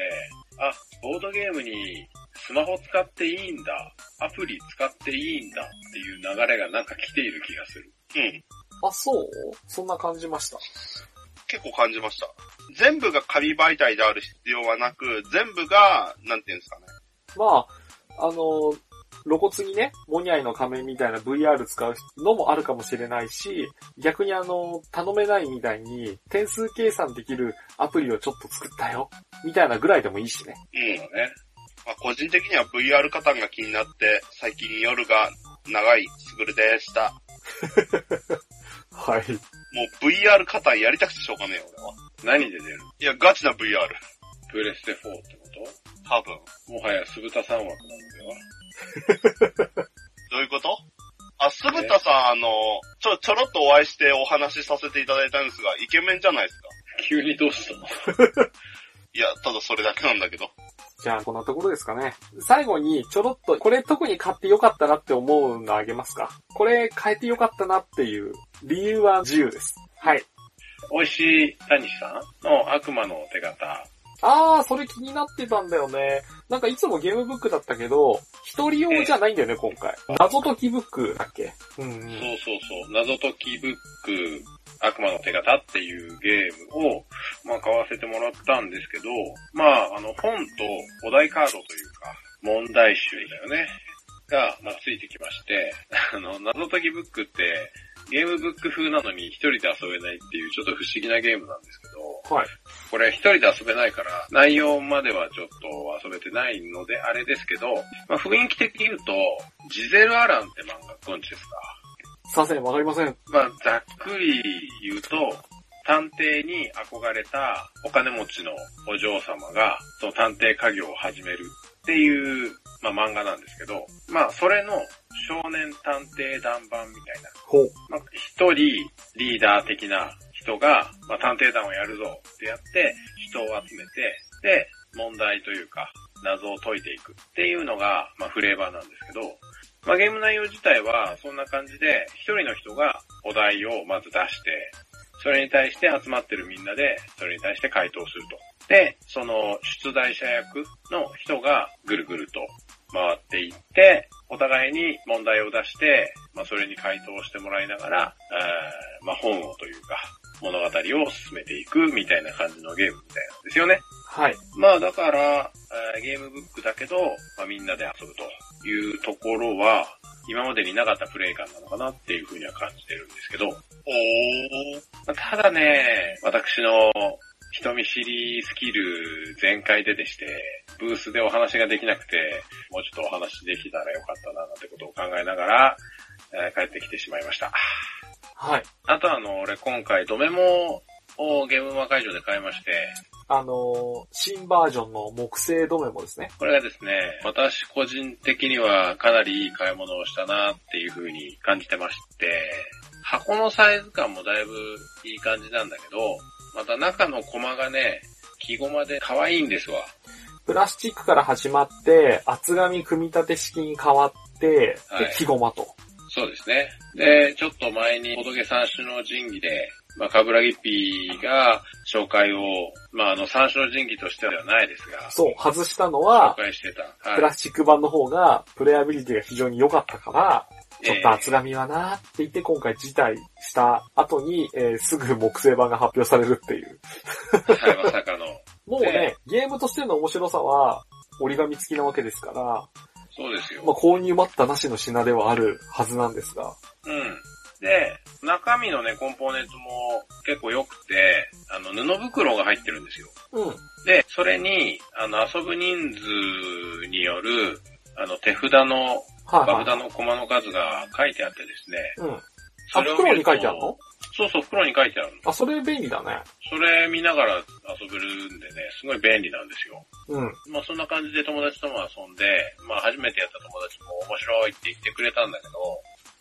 Speaker 3: あ、ボードゲームにスマホ使っていいんだ、アプリ使っていいんだっていう流れがなんか来ている気がする。
Speaker 2: うん。
Speaker 1: あ、そうそんな感じました。
Speaker 2: 結構感じました。全部が紙媒体である必要はなく、全部が、なんていうんですかね。
Speaker 1: まあ、あの、露骨にね、モニャイの仮面みたいな VR 使うのもあるかもしれないし、逆にあの、頼めないみたいに点数計算できるアプリをちょっと作ったよ、みたいなぐらいでもいいしね。
Speaker 2: うん。
Speaker 3: そうだね。
Speaker 2: まあ、個人的には VR 加担が気になって、最近夜が長いスグルでした。
Speaker 1: はい。
Speaker 2: もう VR 加担やりたくてしょうがねえよ、俺は。
Speaker 3: 何で出る
Speaker 2: いや、ガチな VR。
Speaker 3: プレステ4ってこと
Speaker 2: 多分。
Speaker 3: もはや酢豚三枠なのでは
Speaker 2: どういうことあ、すぶたさん、あの、ちょ、ちょろっとお会いしてお話しさせていただいたんですが、イケメンじゃないですか。
Speaker 3: 急にどうしたの
Speaker 2: いや、ただそれだけなんだけど。
Speaker 1: じゃあ、こんなところですかね。最後に、ちょろっと、これ特に買ってよかったなって思うのあげますかこれ変えてよかったなっていう理由は自由です。はい。
Speaker 3: 美味しい谷さんの悪魔の手形。
Speaker 1: あー、それ気になってたんだよね。なんかいつもゲームブックだったけど、一人用じゃないんだよね、今回。謎解きブックだっけうん、う。
Speaker 3: そうんそうそう。謎解きブック、悪魔の手形っていうゲームを、まあ買わせてもらったんですけど、まああの本とお題カードというか、問題集だよね。が、まあついてきまして、あの、謎解きブックって、ゲームブック風なのに一人で遊べないっていうちょっと不思議なゲームなんですけど、
Speaker 1: はい。
Speaker 3: これ一人で遊べないから、内容まではちょっと遊べてないので、あれですけど、まあ、雰囲気的に言うと、ジゼル・アランって漫画ご存知ですか
Speaker 1: させん、わかりません。
Speaker 3: まあ、ざっくり言うと、探偵に憧れたお金持ちのお嬢様が、その探偵家業を始めるっていう、まあ、漫画なんですけど、まあ、それの少年探偵団版みたいな
Speaker 1: ほう。
Speaker 3: まあ、一人リーダー的な人が、まあ、探偵団をやるぞってやって、人を集めて、で、問題というか、謎を解いていくっていうのが、まあ、フレーバーなんですけど、まあ、ゲーム内容自体はそんな感じで、一人の人がお題をまず出して、それに対して集まってるみんなで、それに対して回答すると。で、その出題者役の人がぐるぐると回っていって、お互いに問題を出して、まあ、それに回答してもらいながら、えーまあ、本をというか、物語を進めていくみたいな感じのゲームみたいなんですよね。
Speaker 1: はい。
Speaker 3: まあだから、えーゲームブックだけど、まあ、みんなで遊ぶというところは、今までになかったプレイ感なのかなっていうふうには感じてるんですけど、
Speaker 2: おー。
Speaker 3: まあただね、私の人見知りスキル全開ででして、ブースでお話ができなくて、もうちょっとお話できたらよかったな、なんてことを考えながら、えー帰ってきてしまいました。
Speaker 1: はい。
Speaker 3: あとあの、俺今回、ドメモをゲームマー会場で買いまして、
Speaker 1: あのー、新バージョンの木製ドメモですね。
Speaker 3: これがですね、私個人的にはかなりいい買い物をしたなっていう風に感じてまして、箱のサイズ感もだいぶいい感じなんだけど、また中のコマがね、木ゴマで可愛いんですわ。
Speaker 1: プラスチックから始まって、厚紙組み立て式に変わって、
Speaker 3: はい
Speaker 1: で、木駒と。
Speaker 3: そうですね。で、ちょっと前に、仏三種の神器で、まあ、かぶらぎっぴが紹介を、まあ、あの、三種の神器としてではないですが、
Speaker 1: そう、外したの
Speaker 3: 紹
Speaker 1: は、
Speaker 3: 介してた。
Speaker 1: プ
Speaker 3: は
Speaker 1: ラ
Speaker 3: い。
Speaker 1: スチック版の方が、プレイアビリティが非常に良かったから、ちょっと
Speaker 3: え
Speaker 1: 厚紙はなーって言って今回辞退した後に、えーすぐ木製版が発表されるっていう。
Speaker 3: ーはい、まさかの。
Speaker 1: もうね、ゲームとしての面白さは、折り紙付きなわけですから、
Speaker 3: そうですよ。
Speaker 1: まあ、購入待ったなしの品ではあるはずなんですが。
Speaker 3: うん。で、中身のね、コンポーネントも結構良くて、あの、布袋が入ってるんですよ。
Speaker 1: うん。
Speaker 3: で、それに、あの、遊ぶ人数による、あの、手札の、
Speaker 1: はい、
Speaker 3: バ
Speaker 1: は
Speaker 3: 札のコマの数が書いてあってです
Speaker 1: い。
Speaker 3: ね。
Speaker 1: うん。
Speaker 3: そ
Speaker 1: あ、
Speaker 3: れを
Speaker 1: 袋
Speaker 3: 見
Speaker 1: に
Speaker 3: と
Speaker 1: 書いてあるの
Speaker 3: そうそう、袋に書いてあるの。
Speaker 1: あ、それ便利だね。
Speaker 3: それ見ながら遊べるんでね、すごい便利なんですよ。
Speaker 1: うん。
Speaker 3: まあそんな感じで友達とも遊んで、まあ初めてやった友達も面白いって言ってくれたんだけど、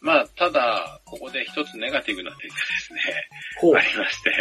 Speaker 3: まあただ、ここで一つネガティブな点がですね、
Speaker 1: ほう
Speaker 3: あ。りまして、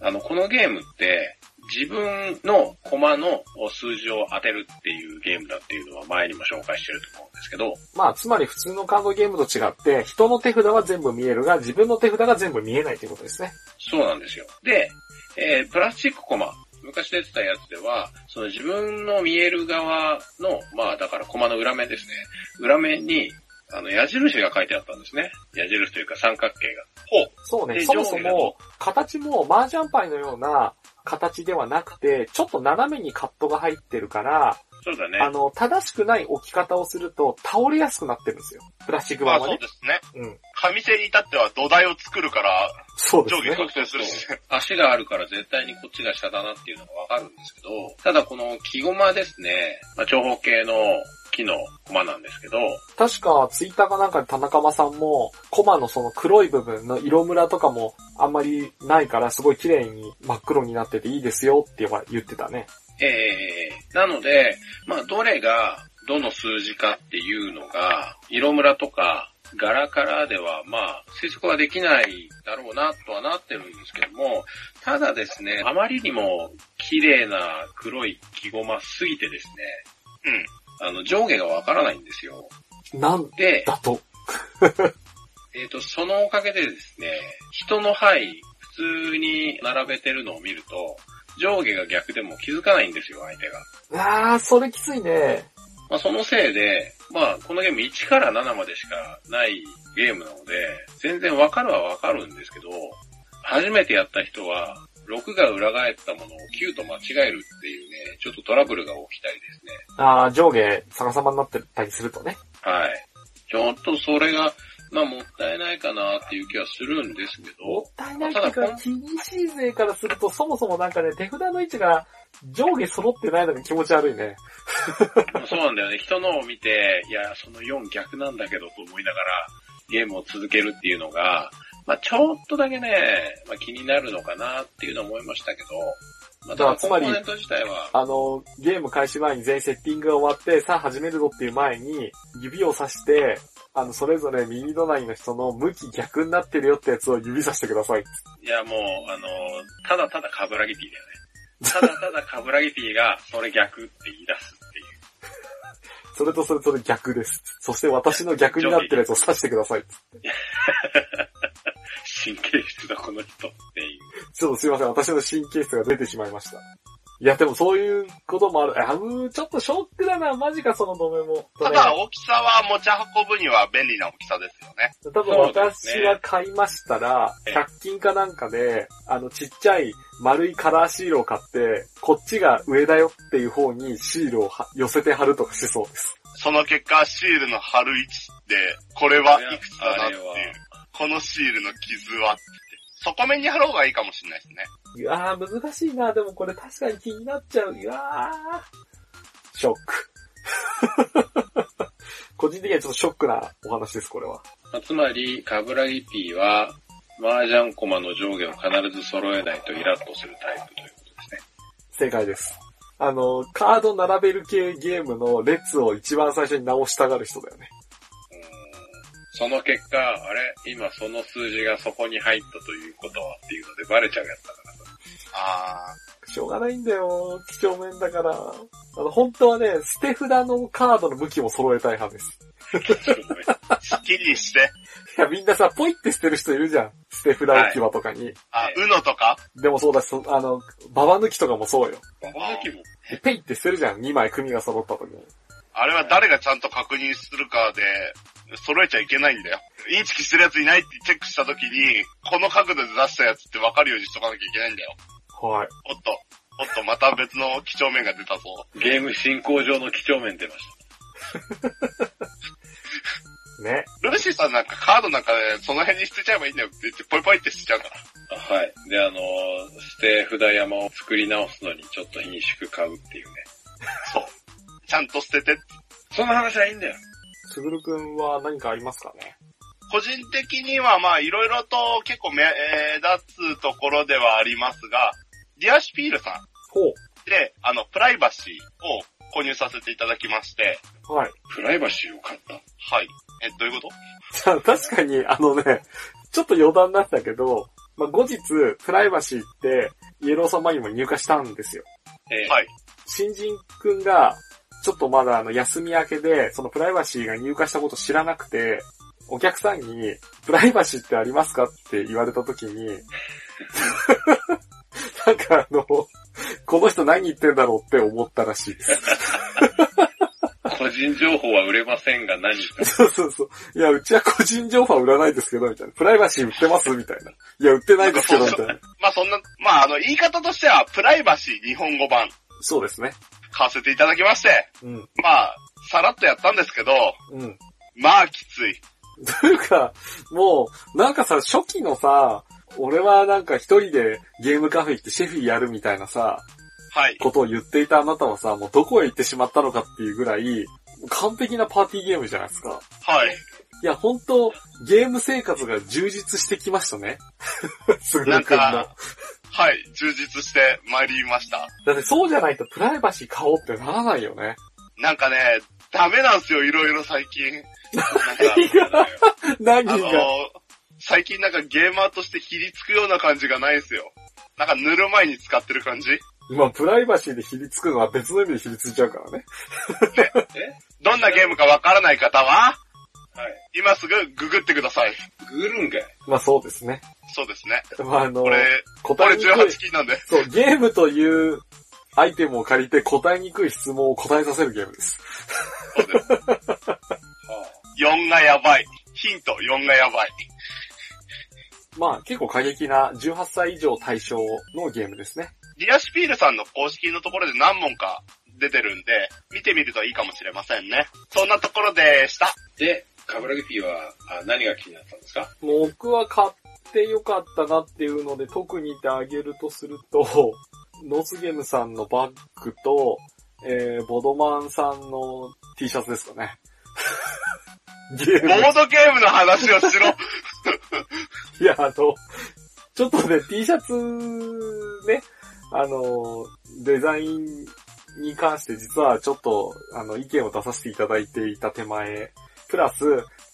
Speaker 3: あの、このゲームって、自分のコマの数字を当てるっていうゲームだっていうのは前にも紹介してると思うんですけど、
Speaker 1: まあ、つまり普通のカードゲームと違って、人の手札は全部見えるが、自分の手札が全部見えないということですね。
Speaker 3: そうなんですよ。で、えープラスチックコマ。昔出てたやつでは、その自分の見える側の、まあだからコマの裏面ですね。裏面に、あの、矢印が書いてあったんですね。矢印というか三角形が。ほう。
Speaker 1: そうね、
Speaker 3: で
Speaker 1: そもそ
Speaker 3: 上下だ
Speaker 1: も
Speaker 3: と、
Speaker 1: 形も麻雀牌のような形ではなくて、ちょっと斜めにカットが入ってるから、
Speaker 3: そうだ
Speaker 1: あ
Speaker 3: ね。
Speaker 1: の、正しくない置き方をすると倒れやすくなってるんですよ。プラスチック
Speaker 2: ま
Speaker 1: 板は
Speaker 2: あそう
Speaker 1: ね。
Speaker 2: ですね。
Speaker 1: うん。
Speaker 2: 紙製に至っては土台を作るから、
Speaker 1: そうで
Speaker 2: 上
Speaker 1: す
Speaker 2: 下
Speaker 1: ね。
Speaker 2: 確定するし。
Speaker 3: 足があるから絶対にこっちが下だなっていうのがわかるんですけど、ただこの木駒ですね、まあ、長方形の木の駒なんですけど、
Speaker 1: 確か、ツイッターかなんかで田中間さんも、コマのその黒い部分の色ムラとかもあんまりないから、すごい綺麗に真っ黒になってていいですよって言ってたね。
Speaker 3: えー、なので、まあ、どれが、どの数字かっていうのが、色ムラとか、柄からでは、まあ、推測はできないだろうな、とはなってるんですけども、ただですね、あまりにも綺麗な黒い木駒すぎてですね、
Speaker 2: うん。
Speaker 3: あの、上下がわからないんですよ。
Speaker 1: なん
Speaker 3: で、
Speaker 1: だと。
Speaker 3: えっ、と、そのおかげでですね、人の牌、普通に並べてるのを見ると、上下が逆でも気づかないんですよ、相手が。
Speaker 1: あー、それきついね。
Speaker 3: まあ、そのせいで、まあ、このゲーム1から7までしかないゲームなので、全然わかるはわかるんですけど、初めてやった人は、6が裏返ったものを9と間違えるっていうね、ちょっとトラブルが起きたりですね。
Speaker 1: あー、上下逆さまになってたりするとね。
Speaker 3: はい。ちょっとそれが、まあ、もったいないかなっていう気はするんですけ
Speaker 1: もっ
Speaker 3: ど、
Speaker 1: たいないっていうか、厳しい勢からすると、そもそもなんかね、手札の位置が上下揃ってないのが気持ち悪いね。
Speaker 3: まあそうなんだよね。人のを見て、いや、その4逆なんだけどと思いながら、ゲームを続けるっていうのが、まあちょっとだけね、まあ気になるのかなっていうのは思いましたけど、まあ、
Speaker 1: だから
Speaker 3: ただコンポーネント自体は、
Speaker 1: あの、ゲーム開始前に全員セッティングが終わって、さあ始めるぞっていう前に、指を指して、あの、それぞれ右隣の人の向き逆になってるよってやつを指さしてください。
Speaker 3: いやもう、あの、ただただカブラギティだよね。ただただカブラギティが、それ逆って言い出すっていう。
Speaker 1: それとそれとで逆です。そして私の逆になってるやつを指してください。
Speaker 3: 神経質だこの人っていう。
Speaker 1: ちょっとすいません、私の神経質が出てしまいました。いや、でもそういうこともある。あうー、ちょっとショックだな、マジか、その止めも。
Speaker 2: ただ、大きさは持ち運ぶには便利な大きさですよね。
Speaker 1: 多分私は買いましたら、
Speaker 3: ええ
Speaker 1: 100均かなんかで、あの、ちっちゃい丸いカラーシールを買って、こっちが上だよっていう方にシールをは寄せて貼るとかしそうです。
Speaker 2: その結果、シールの貼る位置って、これはいくつだなっていう
Speaker 3: あれは。
Speaker 2: このシールの傷はって。底面に貼ろうがいいかもしれないですね。
Speaker 1: いやー、難しいな。でもこれ確かに気になっちゃう。いやー。ショック。 個人的にはちょっとショックなお話です、これは。
Speaker 3: まあつまり、カブラギティは、麻雀駒の上下を必ず揃えないとイラッとするタイプということですね。
Speaker 1: 正解です。あの、カード並べる系ゲームの列を一番最初に直したがる人だよね。
Speaker 3: うんその結果、あれ今その数字がそこに入ったということはっていうのでバレちゃうやつだ からさ。
Speaker 2: あ
Speaker 1: しょうがないんだよ。貴重面だから。あの、本当はね、捨て札のカードの向きも揃えたい派です。
Speaker 2: ー、好きにして。
Speaker 1: いや、みんなさ、ポイって捨てる人いるじゃん。捨て札置き場とかに。
Speaker 2: あ
Speaker 3: え、え
Speaker 2: うのとか
Speaker 1: でもそうだし、そあの、ババ抜きとかもそうよ。
Speaker 3: ババ抜きも、
Speaker 1: でペイって捨てるじゃん。2枚組が揃った時に。
Speaker 2: あれは誰がちゃんと確認するかで、揃えちゃいけないんだよ。インチキしてるやついないってチェックした時に、この角度で出したやつって分かるようにしとかなきゃいけないんだよ。
Speaker 1: はい。
Speaker 2: おっと、おっと、また別の貴重面が出たぞ。
Speaker 3: ゲーム進行上の貴重面出まし
Speaker 1: ね。
Speaker 2: ルーシーさんなんかカードなんかで、その辺に捨てちゃえばいいんだよって言って、ポイポイって捨てちゃうから。
Speaker 3: た。あはい。で、あのー、捨て札山を作り直すのにちょっと品種買うっていうね。
Speaker 2: そう。ちゃんと捨てて。
Speaker 3: その話はいいんだよ。
Speaker 1: つぐるくんは何かありますかね
Speaker 2: 個人的にはまあ、いろいろと結構目、えー、立つところではありますが、ディアシュピールさん
Speaker 1: ほ
Speaker 2: で、あの、プライバシーを購入させていただきまして、
Speaker 1: う。はい。
Speaker 3: プライバシーを買った。
Speaker 2: はい。え、どういうこと
Speaker 1: じゃあ確かに、あのね、ちょっと余談なんだけど、まあ、後日、プライバシーって、イエロー様にも入荷したんですよ。
Speaker 3: ええ
Speaker 2: はい。
Speaker 1: 新人くんが、ちょっとまだあの、休み明けで、そのプライバシーが入荷したこと知らなくて、お客さんに、プライバシーってありますかって言われたときに、 なんかあの、この人何言ってんだろうって思ったらしいです。
Speaker 3: 個人情報は売れませんが何か。
Speaker 1: そうそうそう。いや、うちは個人情報は売らないですけど、みたいな。プライバシー売ってますみたいな。いや、売ってないですけど、みたいな。
Speaker 2: まあそんな、まああの、言い方としては、プライバシー日本語版
Speaker 1: そうですね。
Speaker 2: 買わせていただきまして、
Speaker 1: うん。
Speaker 2: まあ、さらっとやったんですけど、
Speaker 1: うん。
Speaker 2: まあきつい。
Speaker 1: というか、もう、なんかさ、初期のさ、俺はなんか一人でゲームカフェ行ってシェフィーやるみたいなさ、
Speaker 2: はい。
Speaker 1: ことを言っていたあなたはさ、もうどこへ行ってしまったのかっていうぐらい、完璧なパーティーゲームじゃないですか。
Speaker 2: はい。
Speaker 1: いや、本当ゲーム生活が充実してきました ね。すぐる
Speaker 2: なん
Speaker 1: くんの。
Speaker 2: か、はい、充実して参りました。
Speaker 1: だってそうじゃないとプライバシー買おうってならないよね。
Speaker 2: なんかね、ダメなんですよ、いろいろ最近。
Speaker 1: 何が何
Speaker 2: なんか、あの
Speaker 1: が、
Speaker 2: 最近なんかゲーマーとしてひりつくような感じがないんですよ。なんか塗る前に使ってる感じ
Speaker 1: まあ、プライバシーでひりつくのは別の意味でひりついちゃうからね。
Speaker 2: どんなゲームかわからない方は、
Speaker 3: はい。
Speaker 2: 今すぐググってください。
Speaker 3: グルンが
Speaker 1: まあ、そうですね。
Speaker 2: そうですね。
Speaker 1: まあ、あの、
Speaker 2: これ、
Speaker 1: 答
Speaker 2: 俺
Speaker 1: えにくい
Speaker 2: 18。金なんで。
Speaker 1: そう、ゲームというアイテムを借りて答えにくい質問を答えさせるゲームです。
Speaker 2: そうです。
Speaker 3: は
Speaker 2: 4がやばい。ヒント4がやばい。
Speaker 1: まあ、結構過激な18歳以上対象のゲームですね。
Speaker 2: リアシュピールさんの公式のところで何問か出てるんで、見てみるといいかもしれませんね。そんなところでした。
Speaker 3: あで、カブラギピーはあ何が気になったんですか
Speaker 1: 僕は買ってよかったなっていうので、特にってあげるとすると、ノースゲームさんのバッグと、えー、ボドマンさんの T シャツですかね。ゲー
Speaker 2: ボ
Speaker 1: ム
Speaker 2: ードゲームの話を しろ。
Speaker 1: いや、あの、ちょっとね、T シャツね、あの、デザインに関して実はちょっと、あの、意見を出させていただいていた手前、プラス、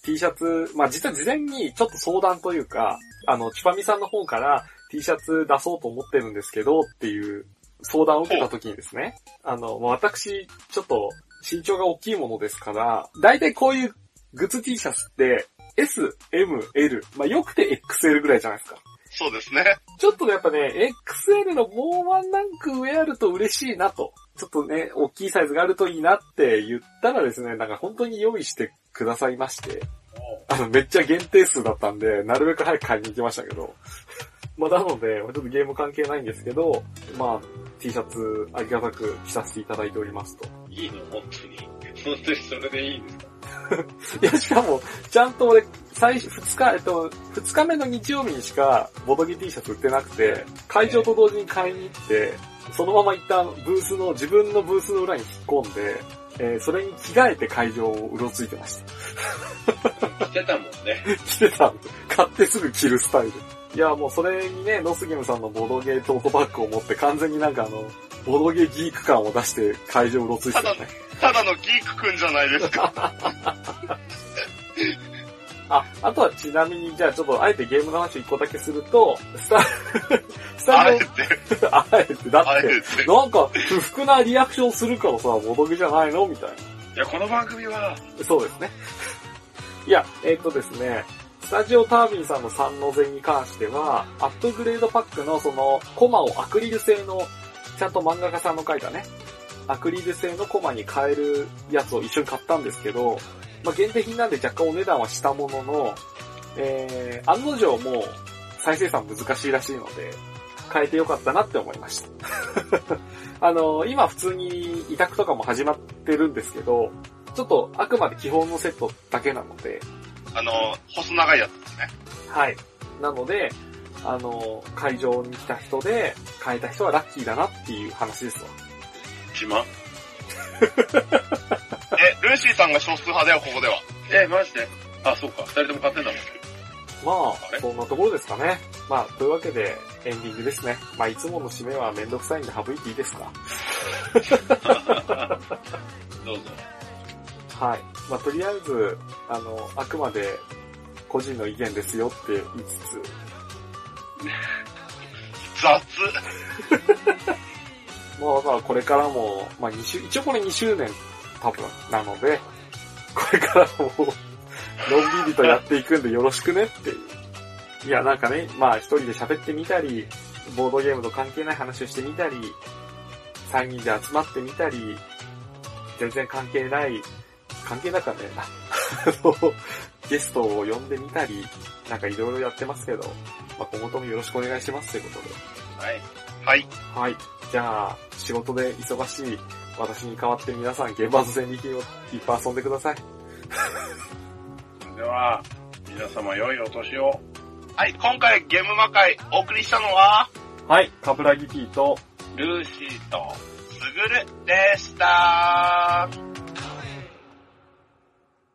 Speaker 1: T シャツ、まあ、実は事前にちょっと相談というか、あの、チュパミさんの方から T シャツ出そうと思ってるんですけどっていう相談を受けた時にですね、あの、まあ私、ちょっと身長が大きいものですから、大体こういうグッズ T シャツって、S、M、L、まあ、よくて XL ぐらいじゃないですか。
Speaker 2: そうですね。
Speaker 1: ちょっとやっぱね、XL のもうワンランク上あると嬉しいなと。ちょっとね、大きいサイズがあるといいなって言ったらですね、なんか本当に用意してくださいまして、あの、めっちゃ限定数だったんで、なるべく早く買いに行きましたけど。 まあ、なので、ちょっとゲーム関係ないんですけど、まあ、T シャツありがたく着させていただいておりますと。
Speaker 3: いいの本当に。本当にそれでいいんですか
Speaker 1: いや、しかも、ちゃんと俺、最初、二日、えっと、二日目の日曜日にしか、ボドゲ T シャツ売ってなくて、会場と同時に買いに行って、そのまま一旦ブースの、自分のブースの裏に引っ込んで、えーそれに着替えて会場をうろついてました。
Speaker 3: 着てたもんね。
Speaker 1: 着てたんで、買ってすぐ着るスタイル。いや、もうそれにね、ノスゲムさんのボドゲトートバッグを持って、完全になんかあの、ボドゲギーク感を出して会場をうろついてたね。
Speaker 2: ただのギークくんじゃないですか。
Speaker 1: あ、あとはちなみに、じゃあちょっと、あえてゲームの話一個だけすると、スタ、 ス
Speaker 2: あ
Speaker 1: タ
Speaker 2: え
Speaker 1: ジ
Speaker 2: て、
Speaker 1: オ、あえて、だ
Speaker 2: あえ
Speaker 1: ってて、、なんか、不服なリアクションするからさ、ボドゲじゃないのみたい
Speaker 3: いや、この番組は、
Speaker 1: な。そうですね。 いや、えっ、とですね、スタジオタービンさんの三の禅に関しては、アップグレードパックのその、コマをアクリル製の、ちゃんと漫画家さんの書いたね、アクリル製のコマに変えるやつを一緒に買ったんですけど、まあ、限定品なんで若干お値段はしたものの、えー、案の定もう再生産難しいらしいので、変えてよかったなって思いました。 あの、今普通に委託とかも始まってるんですけど、ちょっとあくまで基本のセットだけなので、
Speaker 2: あの、細長いやつですね。
Speaker 1: はい。なので、あの、会場に来た人で、変えた人はラッキーだなっていう話ですわ。
Speaker 3: 自 慢。
Speaker 2: え、ルーシーさんが少数派だよ、ここでは。
Speaker 3: え、マジであ、そうか。二人とも買ってんだもん。
Speaker 1: ま
Speaker 3: あれ
Speaker 1: あ、そんなところですかね。まあ、というわけで、エンディングですね。まあ、いつもの締めはめんどくさいんで省いていいですか
Speaker 3: どうぞ。
Speaker 1: はい。まあ、とりあえず、あの、あくまで、個人の意見ですよって言いつつ、
Speaker 2: 雑。
Speaker 1: まあ、だからこれからも、まあ、2週、一応これ2周年、多分、なので、これからも、のんびりとやっていくんでよろしくねっていう。いや、なんかね、まあ、一人で喋ってみたり、ボードゲームと関係ない話をしてみたり、3人で集まってみたり、全然関係ない、関係なかねえな。 あのゲストを呼んでみたり、なんかいろいろやってますけど、まあ、今後ともよろしくお願いしますということで。
Speaker 3: はい。
Speaker 2: はい。
Speaker 1: はい。じゃあ、仕事で忙しい私に代わって皆さん、ゲーバーズ戦利品をいっぱい遊んでください。
Speaker 3: それでは、皆様良いお年を。
Speaker 2: はい、今回ゲーム魔界お送りしたのは、
Speaker 1: はい。カブラギティと、
Speaker 3: ルーシーと、
Speaker 2: すぐるでした。